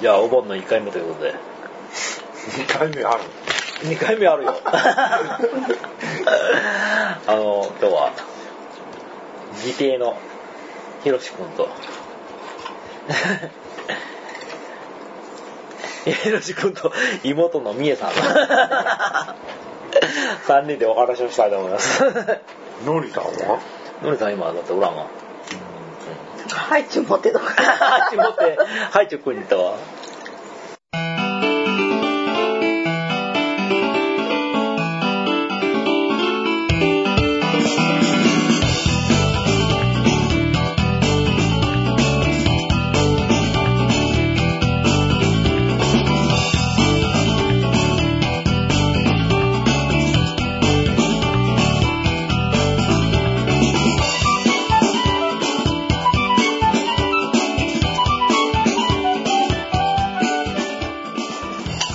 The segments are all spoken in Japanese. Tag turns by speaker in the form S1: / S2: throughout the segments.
S1: じゃあ、お盆の1回目ということで。
S2: 2回目ある
S1: 2回 目あるよ。あの、今日は、議定のひろしくん と、ひろしくんと妹のみえ さん。3人でお話をしたいと思い ます。
S2: のりさんは
S1: のりさん今、だっておらんわ。
S3: ハイチュウ持ってとか。
S1: ハイチ持 って、ハイチュくんに行ったわ。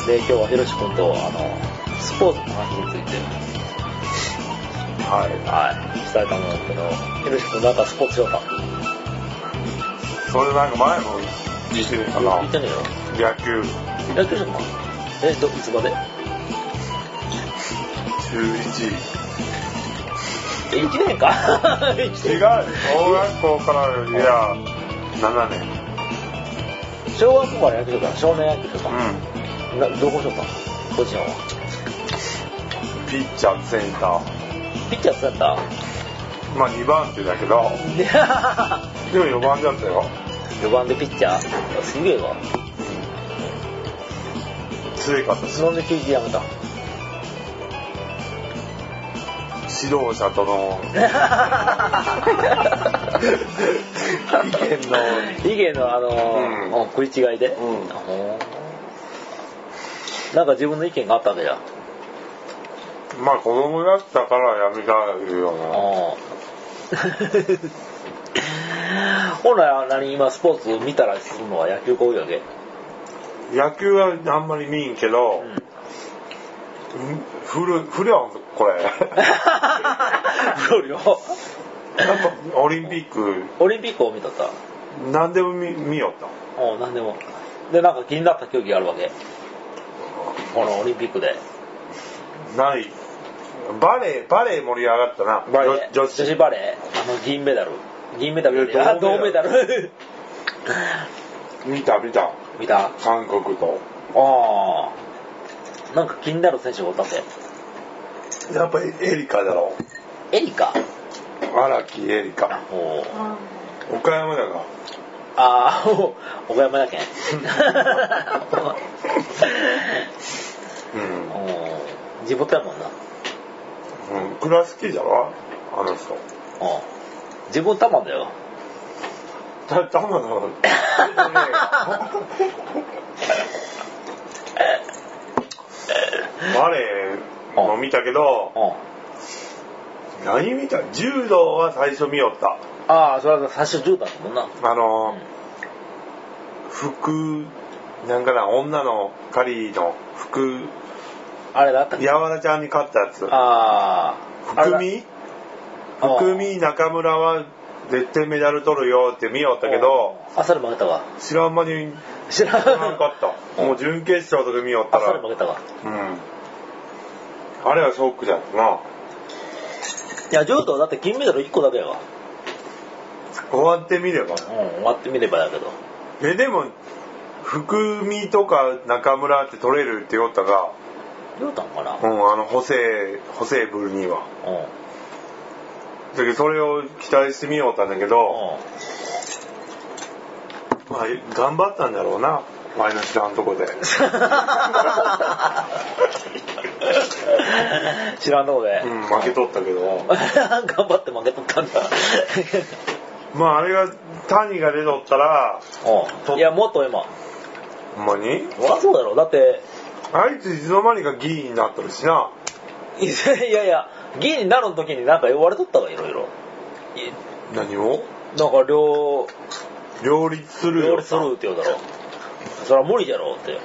S1: で、今日はひろしくんと、あの、スポーツの話について、は
S2: は
S1: い、したいと思うんですけど、ひろしくんなんかスポーツしようか。
S2: いそれなんか前も言ってたな
S1: 言ってねえよ。
S2: 野球
S1: 野球しようか。え、ど、いつまで
S2: 中1
S1: え、1年か。違
S2: 違う小学校からいや7年
S1: 小学校から野球しようか。少年野球しよう
S2: う
S1: か。
S2: ん
S1: などこしようか。ポジションは。
S2: ピッチャーセンター
S1: ピッチャーだった
S2: まあ2番手だけど
S1: で
S2: でも4番手だったよ
S1: 4番でピッチャーすげえわ。
S2: 強かったし
S1: なんで球児や めた
S2: 指導者との
S1: 意見の意見のあの
S2: うん
S1: うん食い違いで、
S2: うん
S1: あほーなんか自分の意見があったわけじゃん、
S2: まあ子供だったからやめたいよな
S1: あーほら何今スポーツ見たらするのは野球が多いわけ、
S2: 野球はあんまり見んけど、
S1: うん
S2: ふるふるやんこ れやっ
S1: そうよ
S2: ぱオリンピック
S1: オリンピックを見とった
S2: 何でも見見よった
S1: お何でもでなんか気になった競技があるわけこのオリンピックで
S2: ないバレーバレー盛り上がったな
S1: バレー
S2: 女
S1: 女
S2: 女子
S1: 子バレーあの銀メダル銀メダルよりあ
S2: 銅
S1: 銅
S2: メ
S1: メ
S2: ダ
S1: ダル
S2: 見た見た
S1: 見たあ
S2: 韓国と
S1: あなんか気になる選手がおったって
S2: やっぱりエリカだろ
S1: エリカ
S2: 荒木エリカ
S1: おー
S2: 岡山だが
S1: ああお岡山だ けん
S2: うん、
S1: おー地元やもんな
S2: うん、倉敷じゃろあの人
S1: お自分たまんだよ
S2: たたま のバレーも見たけど
S1: お
S2: 何見た柔道は最初見よった
S1: ああそれは最初10だったもんな
S2: あの服なんかな女の狩りの服
S1: あれだったっけ
S2: やわらちゃんに勝ったやつ
S1: ああ
S2: 福見福
S1: だ
S2: 見中村は絶対メダル取るよって見よったけど
S1: あそれ負けたわ
S2: 知らん間に
S1: 知らん
S2: 知らんかったもう準決勝とか見よった
S1: あそれ
S2: ら
S1: 負けたわ
S2: うんあれはショックじゃったない
S1: や柔道だって金メダル1個だけやわ
S2: 終わってみれば
S1: うん終わってみればだけど
S2: えでも福見とか中村って取れるって言おったが
S1: どうだったのかな
S2: うんあの補正補正ブルには
S1: うん うん
S2: だけどそれを期待してみようったんだけど、まあ、頑張ったんだろうな前の知らんと こで
S1: 知らんとこで、
S2: うん負けとったけど
S1: 頑張って負けとったん だ
S2: まああれが谷が出とったら
S1: うんいやもっと今
S2: ほんまに
S1: そりゃそうだろだって
S2: あいついつの間にか議員になっとるしない
S1: やいや議員になる時になんか言われとったわいろいろい
S2: 何を
S1: なんか両
S2: 両立する
S1: 両
S2: よ
S1: 立するって言うだろそれは無理じゃろって、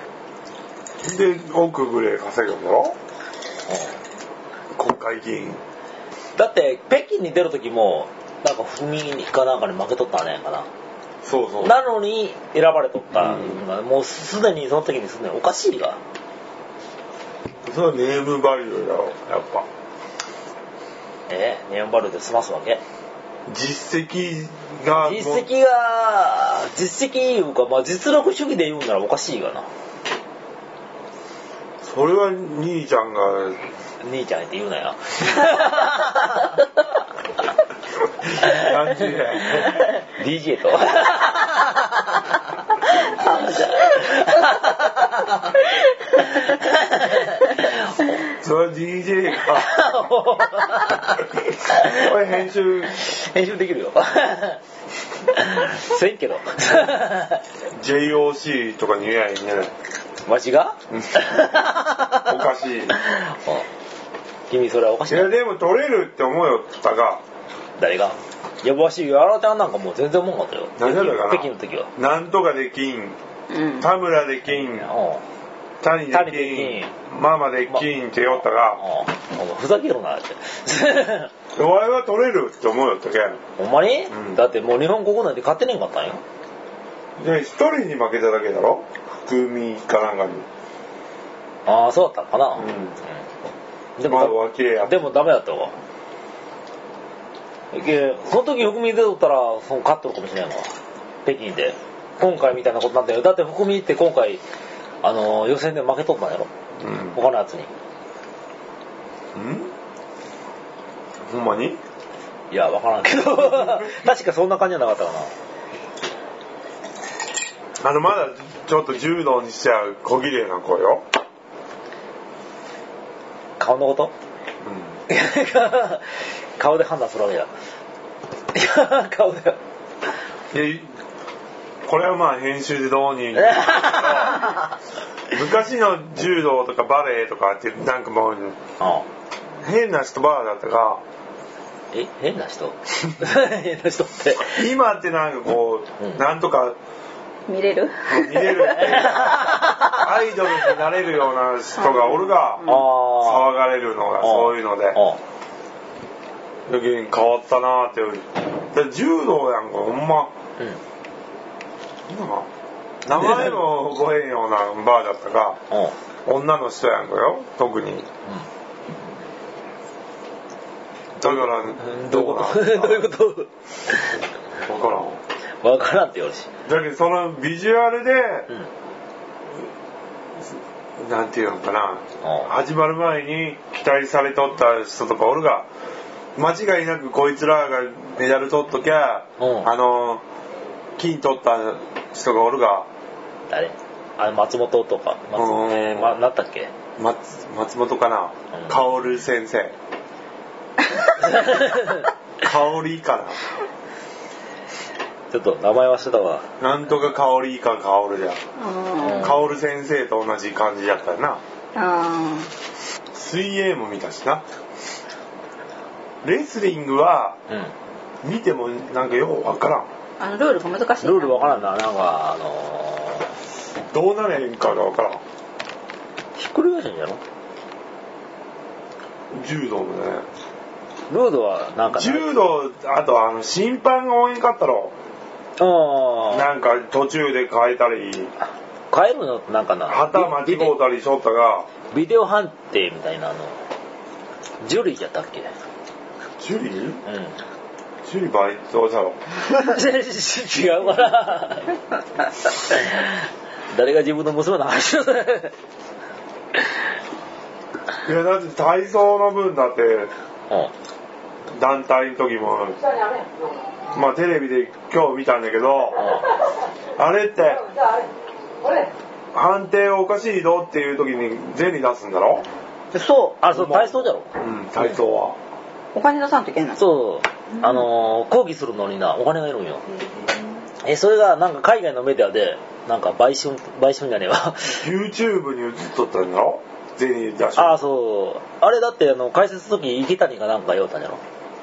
S1: うん、
S2: で億ぐらい稼ぐんだろ国会議員
S1: だって北京に出る時もなんか踏みかなんかに負けとったんやかな
S2: そうそう。
S1: なのに選ばれとったのが、もうすでにその時にすでにおかしいが。
S2: それはネームバリューだろ、やっぱ。
S1: えネオンバルで済ますわけ。
S2: 実績が、
S1: 実績が、実績いうか、まあ実力主義で言うならおかしいがな。
S2: それは兄ちゃんが、
S1: 兄ちゃんって言うな よ。
S2: なんて言うね
S1: DJ と。
S2: それは DJ が、これ編集、
S1: 編集できるよ。せんけど。
S2: JOC とかに言えないいんじゃない
S1: わしが
S2: うんおか しい
S1: 君それはおかし
S2: い
S1: いな
S2: や、でも取れるって思うよ、たが、
S1: 誰がやばしいやらちゃんなんかもう全然思んかったよ
S2: 何だろうかな
S1: 北京の時は
S2: なんとかできん、
S3: うん。
S2: 田村できん、
S1: う
S2: 谷
S1: 谷
S2: で
S1: で
S2: き
S1: き
S2: ん、ママできんって言おった
S1: ん
S2: が、
S1: うんお前ふざけろなって
S2: お前は取れるって思うよ、たけん。
S1: ほんまに、
S2: うん
S1: だってもう日本国内で勝てねんかったんよ
S2: で、一人に負けただけだろ福海かなんかに。
S1: ああそうだったんかな、
S2: うん
S1: うんで
S2: まあ、
S1: も
S2: 分けや
S1: だでもダメだったわいけその時含み出とったらその勝っとるかもしれんわ北京で今回みたいなことなんだよだって含みって今回あの予選で負けとったんやろ
S2: うん。
S1: 他のやつに
S2: うんほんまに
S1: いや、わからんけ ど。確かそんな感じじゃなかったかな。
S2: あの、まだちょっと柔道にしちゃう小綺麗な子よ。
S1: 顔のこと
S2: うん。
S1: 顔で判断するわけだ。いや、顔 だよ。
S2: で、これはまあ編集でどうに。昔の柔道とかバレエとかってなんかもう
S1: あ
S2: 変な人ばーだったが、
S1: え、変な人 変な人 って。
S2: 今ってなんかこう、
S1: うん
S2: なんとか
S3: 見れる
S2: 見れるっていう、 アイドルになれるような人がおるが、
S1: ああ。
S2: 騒がれるのがそういうので、
S1: あ
S2: 変わったなーっていう。で柔道やんか、ほんま。
S1: うん。
S2: 名前も覚えんようなバーだったが、
S1: うん。
S2: 女の人やんかよ、特に。だから
S1: うん。、どういう
S2: どう
S1: こ
S2: な
S1: と どういうこ
S2: 分からん。
S1: とわからんって言われし。
S2: だけどそのビジュアルで、
S1: うん。うん。
S2: なんていうのかな、始まる前に期待されとった人とかおるが、間違いなくこいつらがメダル取っときゃ、
S1: うん
S2: あの、金取った人がおるが、
S1: 誰あれ、松本とか。松
S2: うん
S1: 本、えー、ま、なんだっ け
S2: 松松本かな
S1: う、ん
S2: 薫先生。香りか
S1: ちょっと名前はしてたわ。
S2: な。なんとか香りか香るじゃん。
S3: あ
S1: ん
S2: カオル先生と同じ感じやったよな
S3: ーあ
S2: 水泳も見たしなレスリングは
S1: うん。
S2: 見てもなんかよくわからん
S3: ー。あの、ルールが難しいな。
S1: ルールわからんな、なんか、あの
S2: どうなれへんかがわからん
S1: ー、ひっくり返しんじゃろ
S2: 柔道もね
S1: ルールはなんかね、
S2: 柔道あとあの審判が応援かったろ
S1: あ
S2: なんか途中で変えたり
S1: あ、変えるのってなんかな、
S2: 旗間違うたりしとったが
S1: ビデオ判定みたいなあの、ジュリーじゃったっけう
S2: ジュリー
S1: ん。
S2: ジュリーバイトだ ろ
S1: 違うかな。誰が自分の娘の話をする
S2: いやだって体操の分だって
S1: うん。
S2: 団体の時もまあテレビで今日見たんだけどあれって判定おかしいぞっていう時に銭出すんだろ、
S3: そ
S1: あ、そう、体操じゃろ。
S2: うん、体操は。
S3: う。お金出さんといけない。
S1: そう、あのー、抗議するのにな、お金がいるんよ。え、それがなんか海外のメディアで、なんか売春、売春じゃねえわ。
S2: YouTube に映っとったんだろ銭出し
S1: ああ、そう。あれだって、あの、解説の時、池谷がなんか言おうたんやろ。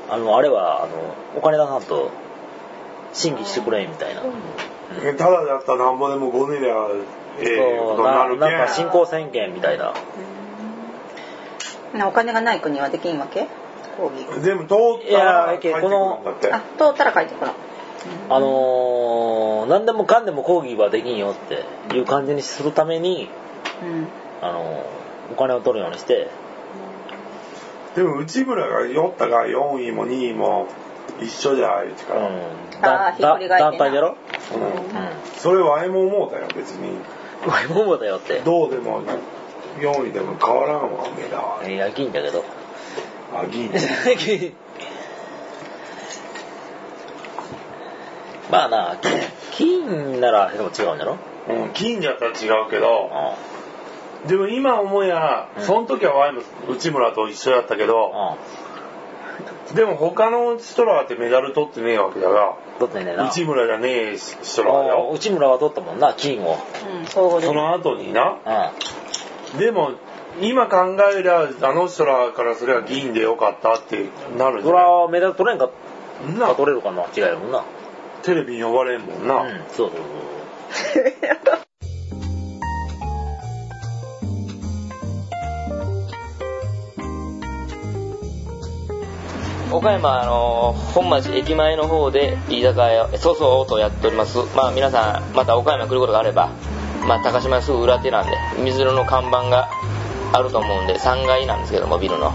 S1: あの、あれは、あの、お金出さんと、審議してくれ、みたいな。
S2: えただだったらなんぼでも5年ではええこ
S1: そう
S2: とにな
S1: な
S2: る
S1: なんか
S2: け
S1: 進行宣言みたいな。
S3: なお金がない国はできんわけ抗議。
S2: んでも通ったら
S1: いや
S2: 帰ってくるんだって
S3: あ、通ったら帰ってくる。
S1: あのー、の何でもかんでも抗議はできんよっていう感じにするために
S3: うん
S1: あのお金を取るようにして
S2: でも内村が4ったが4位も2位も一緒じゃ言って
S1: う
S2: から、うん
S1: ん
S3: あーひっくり返ってな
S1: 団体やろ う
S2: それはえも思うたよ別に
S1: んワイモモだよって
S2: どうでも4位でも変わらんわ目だわ
S1: いや銀だけど
S2: あ銀
S1: 銀 まあな金ならでも違うんだろ
S2: うん銀じゃったら違うけど
S1: あ
S2: でも今思や
S1: うん
S2: その時はワイも内村と一緒やったけど
S1: あ
S2: でも他の人らってメダル取ってねえわけだが
S1: 取ってねえな
S2: 内村じゃねえ人らだ
S1: あー
S2: よ
S1: 内村は取ったもんな金を
S3: うん総合で
S2: その後にな
S1: う
S2: でも今考えりゃあの人らからすれば銀でよかったってなる
S1: ん
S2: じ
S1: それ
S2: ゃない
S1: はメダル取れんかっ
S2: ん
S1: た
S2: な
S1: 取れるかな違いもんな
S2: テレビに呼ばれんもんな、
S1: うんそうそうそう
S4: 岡山、あの本町駅前の方で居酒屋をそうそうとやっておりますまあ皆さんまた岡山来ることがあれば、まあ、高島すぐ裏手なんで水色の看板があると思うんで3階なんですけどもビルの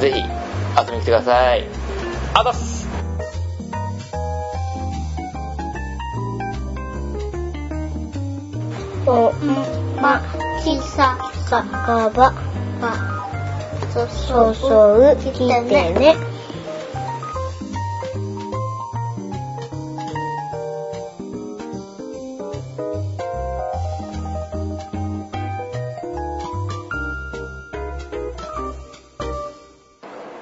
S4: ぜひ遊びに来てくださいあざっす
S5: おまちさかばまそそう聞いてね。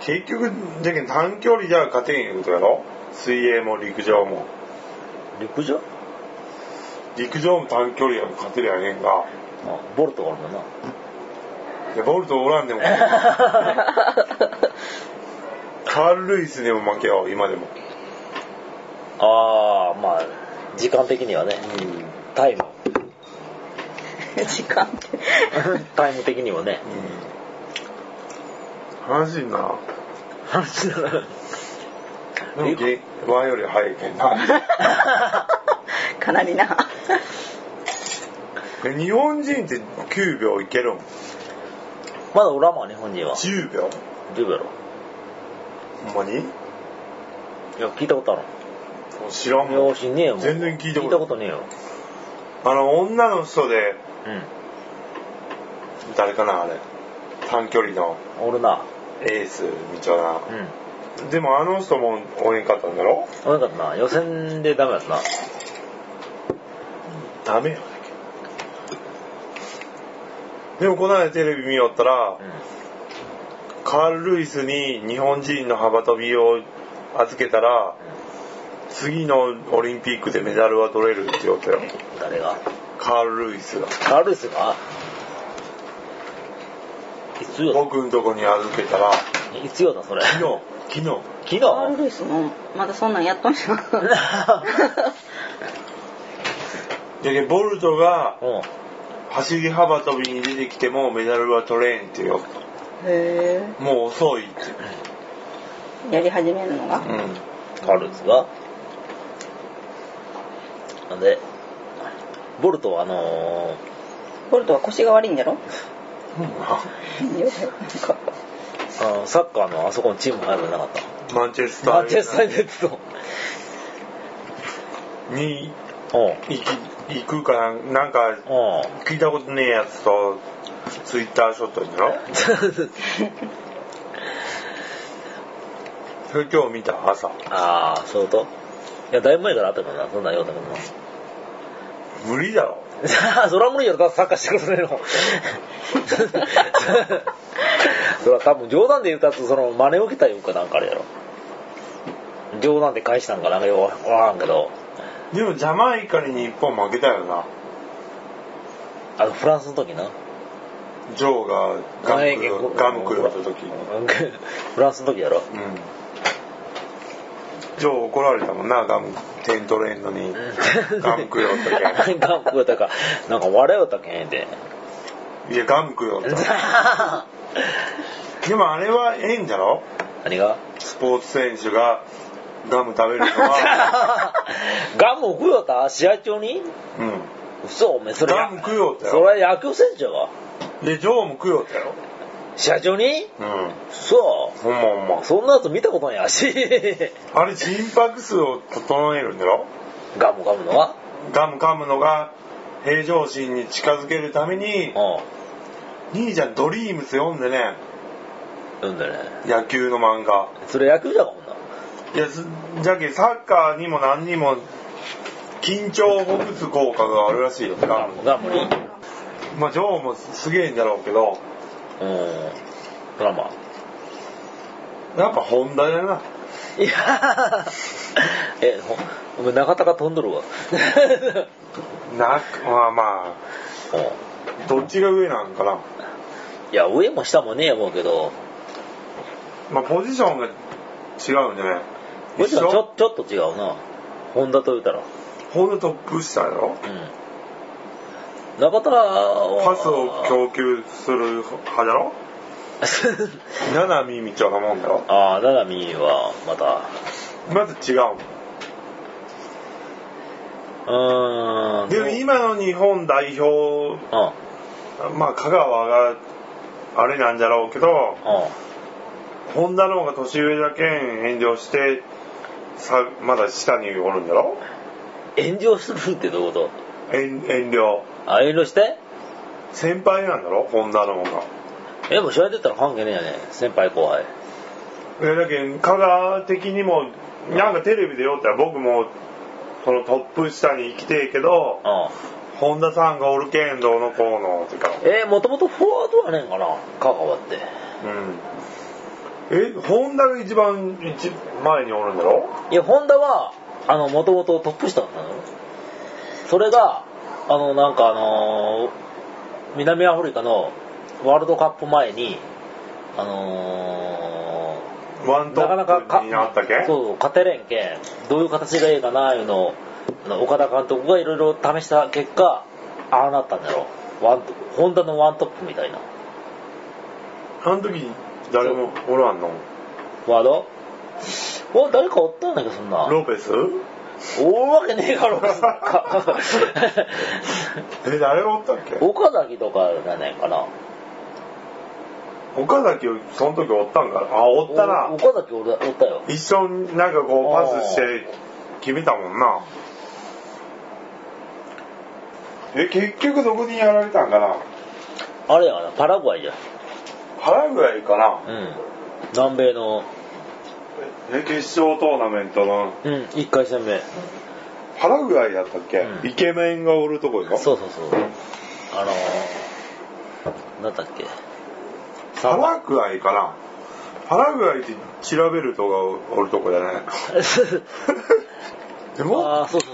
S2: 結局じゃけん短距離じゃ勝てんいうことやろ水泳も陸上も
S1: 陸上
S2: 陸上も短距離やも勝てりゃええんが
S1: あボルトがあるも んない
S2: やボルトおらん でもカール・ルイスにも負けよう今でも
S1: ああまあ時間的にはね
S2: うん
S1: タイム
S3: 時間って
S1: タイム的にはね
S2: 話にならん
S1: 話だな
S2: でもげ前より早いけん な
S3: かなりな
S2: え日本人って9秒いけるん
S1: まだ裏も日本人は
S2: 10秒
S1: 10秒やろ
S2: ほんまに
S1: いや聞いたことある
S2: 知らん
S1: の
S2: も
S1: よ
S2: ん
S1: しねえもん
S2: 全然聞いたこと
S1: 聞いたことねえよ
S2: あの女の人で
S1: う
S2: 誰かなあれ短距離の
S1: ん俺な
S2: エースみたいな
S1: うん
S2: でもあの人も応援かったんだろ
S1: 悪かったな予選でダメだったな
S2: ダメよでもこの間テレビ見よったら
S1: う
S2: カール・ルイスに日本人の幅跳びを預けたら次のオリンピックでメダルは取れるって言ったよ
S1: ん誰が
S2: カール・ルイスが
S1: カールですがいつよ
S2: 僕んとこに預けたら
S1: いつよだそれ
S2: 昨
S1: 昨
S2: 日昨日
S1: 日
S3: カール・ルイスもまだそんなんやっとんじ ゃん
S2: でねボルトが
S1: うん
S2: 走り幅跳びに出てきてもメダルは取れんってよ
S3: へ
S2: もう遅いって
S3: えやり始めるのが
S2: うん
S1: カールですがなんでボルトはあの
S3: ボルトは腰が悪いんだろ
S2: マ
S3: なんか
S1: ーあのサッカーのあそこのチーム入るんじゃなかっ
S2: ンチェス
S1: た
S2: タ
S1: マンチェスターユ
S2: ー
S1: ナイテッド
S2: に
S1: うん
S2: 行き行くかなんなんか
S1: うん
S2: 聞いたことねえやつとツイッターショットにだろそれ今日見た朝
S1: ああそういうこといやだいぶ前からあったからなそんなんようだけどな
S2: 無理だろ
S1: あ それは無理やろ、だってサッカーしてくれないの。 それは多分冗談で言ったやつ、その真似を受けたいうかなんかあれやろ。冗談で返したんかなんかよくわからんけど、
S2: でもジャマイカに日本負けたよな
S1: あのフランスの時な。
S2: ジョーがガムクヨガムクヨった時に
S1: フランスの時やろ。
S2: うんジョー怒られたもんなガム点取れんのにガムクヨったけ
S1: ガム食うたか、なんか笑いよったけん で。
S2: んいやガムクヨったでもあれはええんだろ
S1: 何が
S2: スポーツ選手がガム食べるの は、
S1: ガム食うよった試合中に
S2: う
S1: 嘘おめえそ
S2: ん。
S1: れ
S2: ガム食うよった
S1: それ
S2: よ。
S1: は野球選手やわ
S2: で、ジョーも食うよったよ。
S1: 試合中に
S2: う
S1: そ
S2: ん。ほんまほんま
S1: う。そんなやつ見たことないや し
S2: あれ、心拍数を整えるんだろ
S1: ガムガムのは
S2: ガム噛むのが平常心に近づけるために、
S1: う
S2: 兄ちゃんドリームス読んでね、
S1: ん読んでね
S2: 野球の漫画。
S1: それ野球じゃかもんない
S2: や、すじゃけサッカーにも何にも、緊張をほぐす効果があるらしいよ、ガム。
S1: ガムに
S2: まあ、ジョーもすげえんだろうけど、
S1: うんドラマ
S2: やっぱ本題だな。
S1: いや えほお前中田が飛んど るわ
S2: な、まあま
S1: うん
S2: あ、どっちが上なんかな。
S1: いや上も下もねえ思うけど
S2: まあ、ポジションが違うんじゃない
S1: もち
S2: 一
S1: ろんちょ
S2: 緒
S1: ちょっと違うなホンダと言うたら
S2: ほんのトップ下やろ
S1: うん中田は
S2: パスを供給する派だろ七海みちゃんがもんだろ
S1: ああ七海はまた
S2: まず違うもん
S1: うーん
S2: でも今の日本代表
S1: うんうん
S2: まあ香川があれなんじゃろうけど本田の方が年上だけん遠慮してさまだ下におるんだろ
S1: 炎上するってどういうこ
S2: 遠遠慮
S1: とあ遠慮して
S2: 先輩なんだろ本田の方が
S1: えもう試合出たら関係ねえよね先輩後輩
S2: いやだけん香川的にもなんかテレビでよったら僕もそのトップ下に生きてえけど
S1: う
S2: 本田さんがおるけんどうのこうのってか
S1: んえもともとフォワードはねえんかな香川って
S2: うんえ本田が一番一前におるんだろ
S1: いやホンダはあのもともとトップ下だったのよそれがあのなんかあのー南アフリカのワールドカップ前にあのー
S2: ワント
S1: なかなか
S2: ッ
S1: か
S2: プになったけん
S1: そうそう勝てれんけんどういう形がいいかないうのをあの岡田監督がいろいろ試した結果ああなったんだろうワントホンダのワントップみたいな
S2: あの時誰もおらんの
S1: ワードお誰かおったんだけどそんな
S2: ロペス
S1: おるわけねえかろ
S2: え誰おったっけ
S1: 岡崎とかじゃないかな
S2: 岡崎その時おったんかなあおった
S1: お
S2: な
S1: 岡崎おるおったよ
S2: 一緒になんかこうパスして決めたもんなえ結局どこにやられたんかな
S1: あれやかなパラグアイじゃん
S2: パラグアイかな
S1: うん南米の
S2: え決勝トーナメントの
S1: うん1回戦目
S2: パラグアイだったっけ、
S1: うん
S2: イケメンがおるとこよ
S1: そうそうそう。あのー、なんだっけ。
S2: パ
S1: サ バ。
S2: ラグアイかなパラグアイって調べるとがおるとこじゃない でも
S1: ああ、そうそう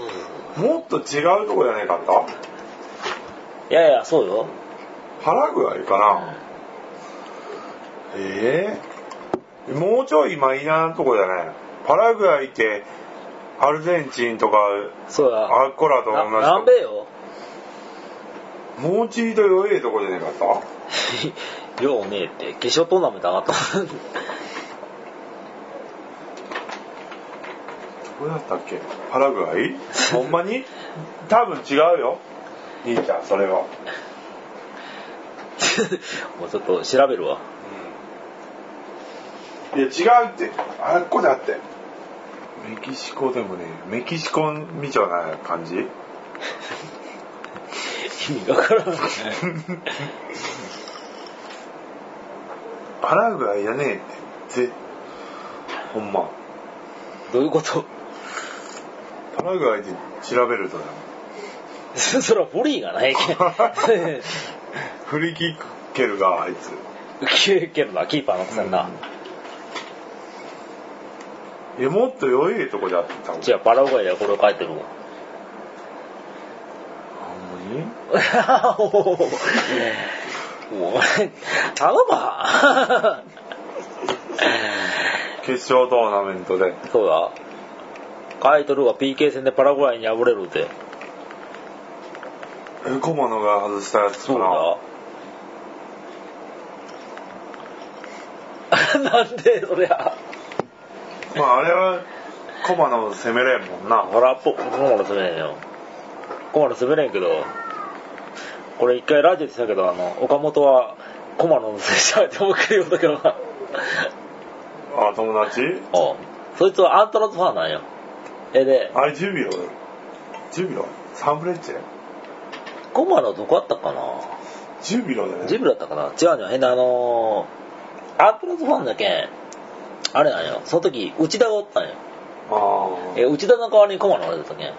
S1: そうそ
S2: もっと違うとこじゃないかった
S1: う。いやいや、そうよ。
S2: パラグアイかな、ええもうちょいマイナーなとこじゃないパラグアイってアルゼンチンとか
S1: そうや。
S2: アッコラと
S1: な
S2: 同
S1: 南
S2: じ
S1: 米よ。
S2: ともうちょいと弱いとこじゃないかった
S1: ようねえって、決勝トーナメント上がった。
S2: どうだったっけパラグアイほんまに多分違うよ兄ちゃんそれは、
S1: もうちょっと調べるわ。
S2: いや違うってあっこだってメキシコでもねメキシコみたいな感じ
S1: 意味わからんね。
S2: パラグアイやねえってぜほんま
S1: どういうこと
S2: パラグアイで調べるとだよ
S1: そらフリーがないけん。
S2: フリーキック蹴るがあいつ
S1: 受けるな、キーパーのくせんな。
S2: いやもっと良いとこであったもん
S1: じゃあ、パラオガイでこれを書いてるもん。
S2: ほんまに
S1: お お前頼むわ
S2: 決勝トーナメントで
S1: そうだカイトルが PK 戦でパラグアイに敗れるって
S2: えコマノが外したやつか
S1: そう
S2: な
S1: だ なんでそりゃ
S2: まああれは駒の攻めれんもんな。
S1: ほら、ぽ、コマラ滑れんよ。コマラ滑れんけど、これ一回ラジオでしたけど、あの、岡本は、コマの接者って思いっきり言うたけどな。
S2: あ、友達
S1: おうそいつはアントラーズファンなんよ。え、で、
S2: あれ、ジュビロジュビロサンフレッチェ
S1: コマのどこあったかな
S2: ジュビロだよね。
S1: ジブラだったかな違うのよ。変な、あのー、アントラーズファンだけん、あれなんよ。その時、内田がおったんよ。
S2: あ
S1: え、内田の代わりにコマのあれだったけん。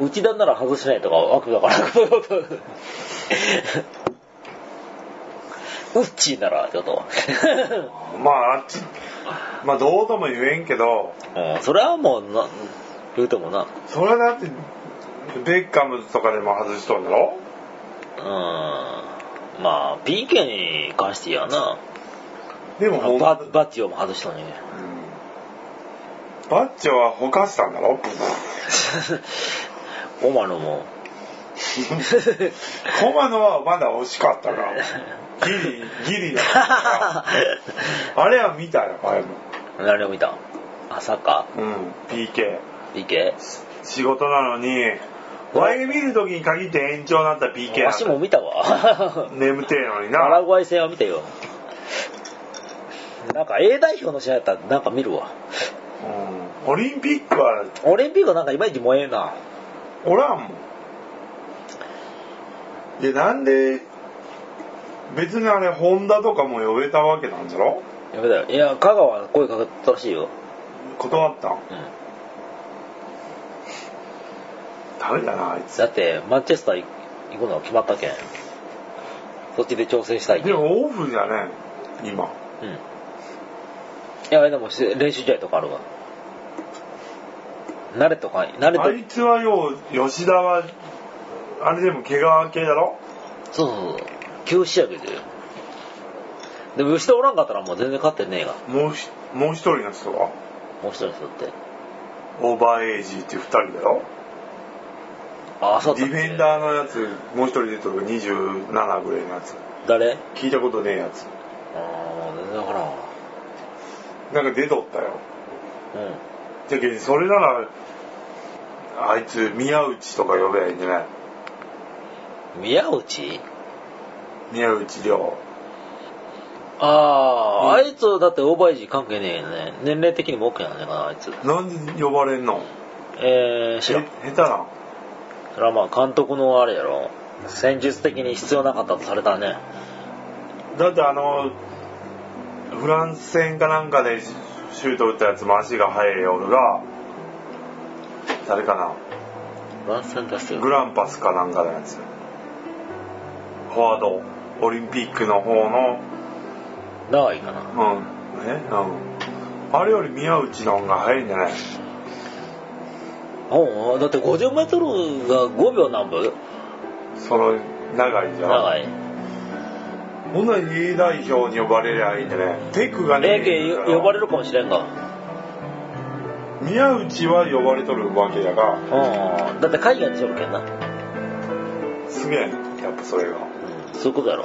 S1: 内田なら外しないとか、悪だから、こういうこと。ウッチーなら、ちょっと。
S2: あ。まあ、あっち、まあ、どうとも言えんけど、
S1: うん、それはもうな、言うてもな。
S2: それだって、ベッカムとかでも外しとんだろ
S1: うん。まあ、PK に関してやな。
S2: でも、ほん
S1: ババッチをも外したのにね。
S2: うんバッチョはほかしたんだろ ブブ
S1: オマノも。
S2: コマノはまだ惜しかったな。ギリ、ギリ だったな。あれは見たよ、前も。
S1: 何を見た朝か
S2: うん、PK。
S1: ?PK?
S2: 仕事なのに、ワイ見るときに限って延長になった PK
S1: わしも
S2: だっ
S1: 見たわ
S2: た。。眠てえのに
S1: パラ
S2: な。
S1: グアイ戦は見たよ。なんか A 代表の試合やったらなんか見るわ。
S2: うんオリンピックは
S1: オリンピックなんかいまいち燃えんな。
S2: おらんもん。で、なんで、別にあれ、ホンダとかも呼べたわけなんじゃろ
S1: やめだよ。いや、香川声かけたらしいよ。
S2: 断ったん
S1: うん。
S2: ダメだな、あいつ。
S1: だって、マンチェスター行くのは決まったけん。そっちで調整したいけん
S2: でも、オフじゃね、今。
S1: うん。いや、でも練習試合とかあるわ。慣れとか、慣れ
S2: あ
S1: と
S2: い、つはよう、吉田は、あれでも怪我系だろ
S1: そうそうそう、急仕上げで。でも、吉田おらんかったらもう全然勝ってねえが、
S2: もうひ、もう一人の人は
S1: もう一人の人って。
S2: オーバーエイジーっていう二人だろ
S1: ああ、そう
S2: デ
S1: だ
S2: ィフェンダーのやつ、もう一人出てる27ぐらいのやつ。
S1: ー。誰あ
S2: 聞いたことねえやつ。
S1: あ、全然わから
S2: なんか出とったよ。
S1: んわ。
S2: じゃけんそれなら、あいつ、宮内とか呼べばいいんじゃない
S1: うん。宮内
S2: 宮内亮。
S1: ああ、あいつだってオーバーエイジ関係ねえよね。年齢的にも OK なんじゃないかな、あいつ。
S2: なんで呼ばれんの
S1: えー、
S2: へ
S1: 知ら
S2: 下
S1: ん。
S2: 手な。
S1: それはまあ監督のあれやろ。戦術的に必要なかったとされたね。
S2: だってあの、フランス戦かなんかでシュート打ったやつも足が速い俺が、誰かな
S1: ワンセン出してる
S2: グ。ランパスかなんかのやつ。フォワード、オリンピックの方の、
S1: 長いかな。
S2: うん、えうん。あれより宮内の方が速いんじゃない
S1: おうだって50メートルが5秒何分
S2: その、長いじゃん。
S1: 長い。
S2: ほんなら A 代表に呼ばれりゃいいんだね。テクがね
S1: 霊、系呼ばれるかもしれんが。
S2: 宮内は呼ばれとるわけだが、
S1: うん。だって海外でしょるけんな。
S2: すげえ、やっぱそれが。
S1: うん。そういうことやろ。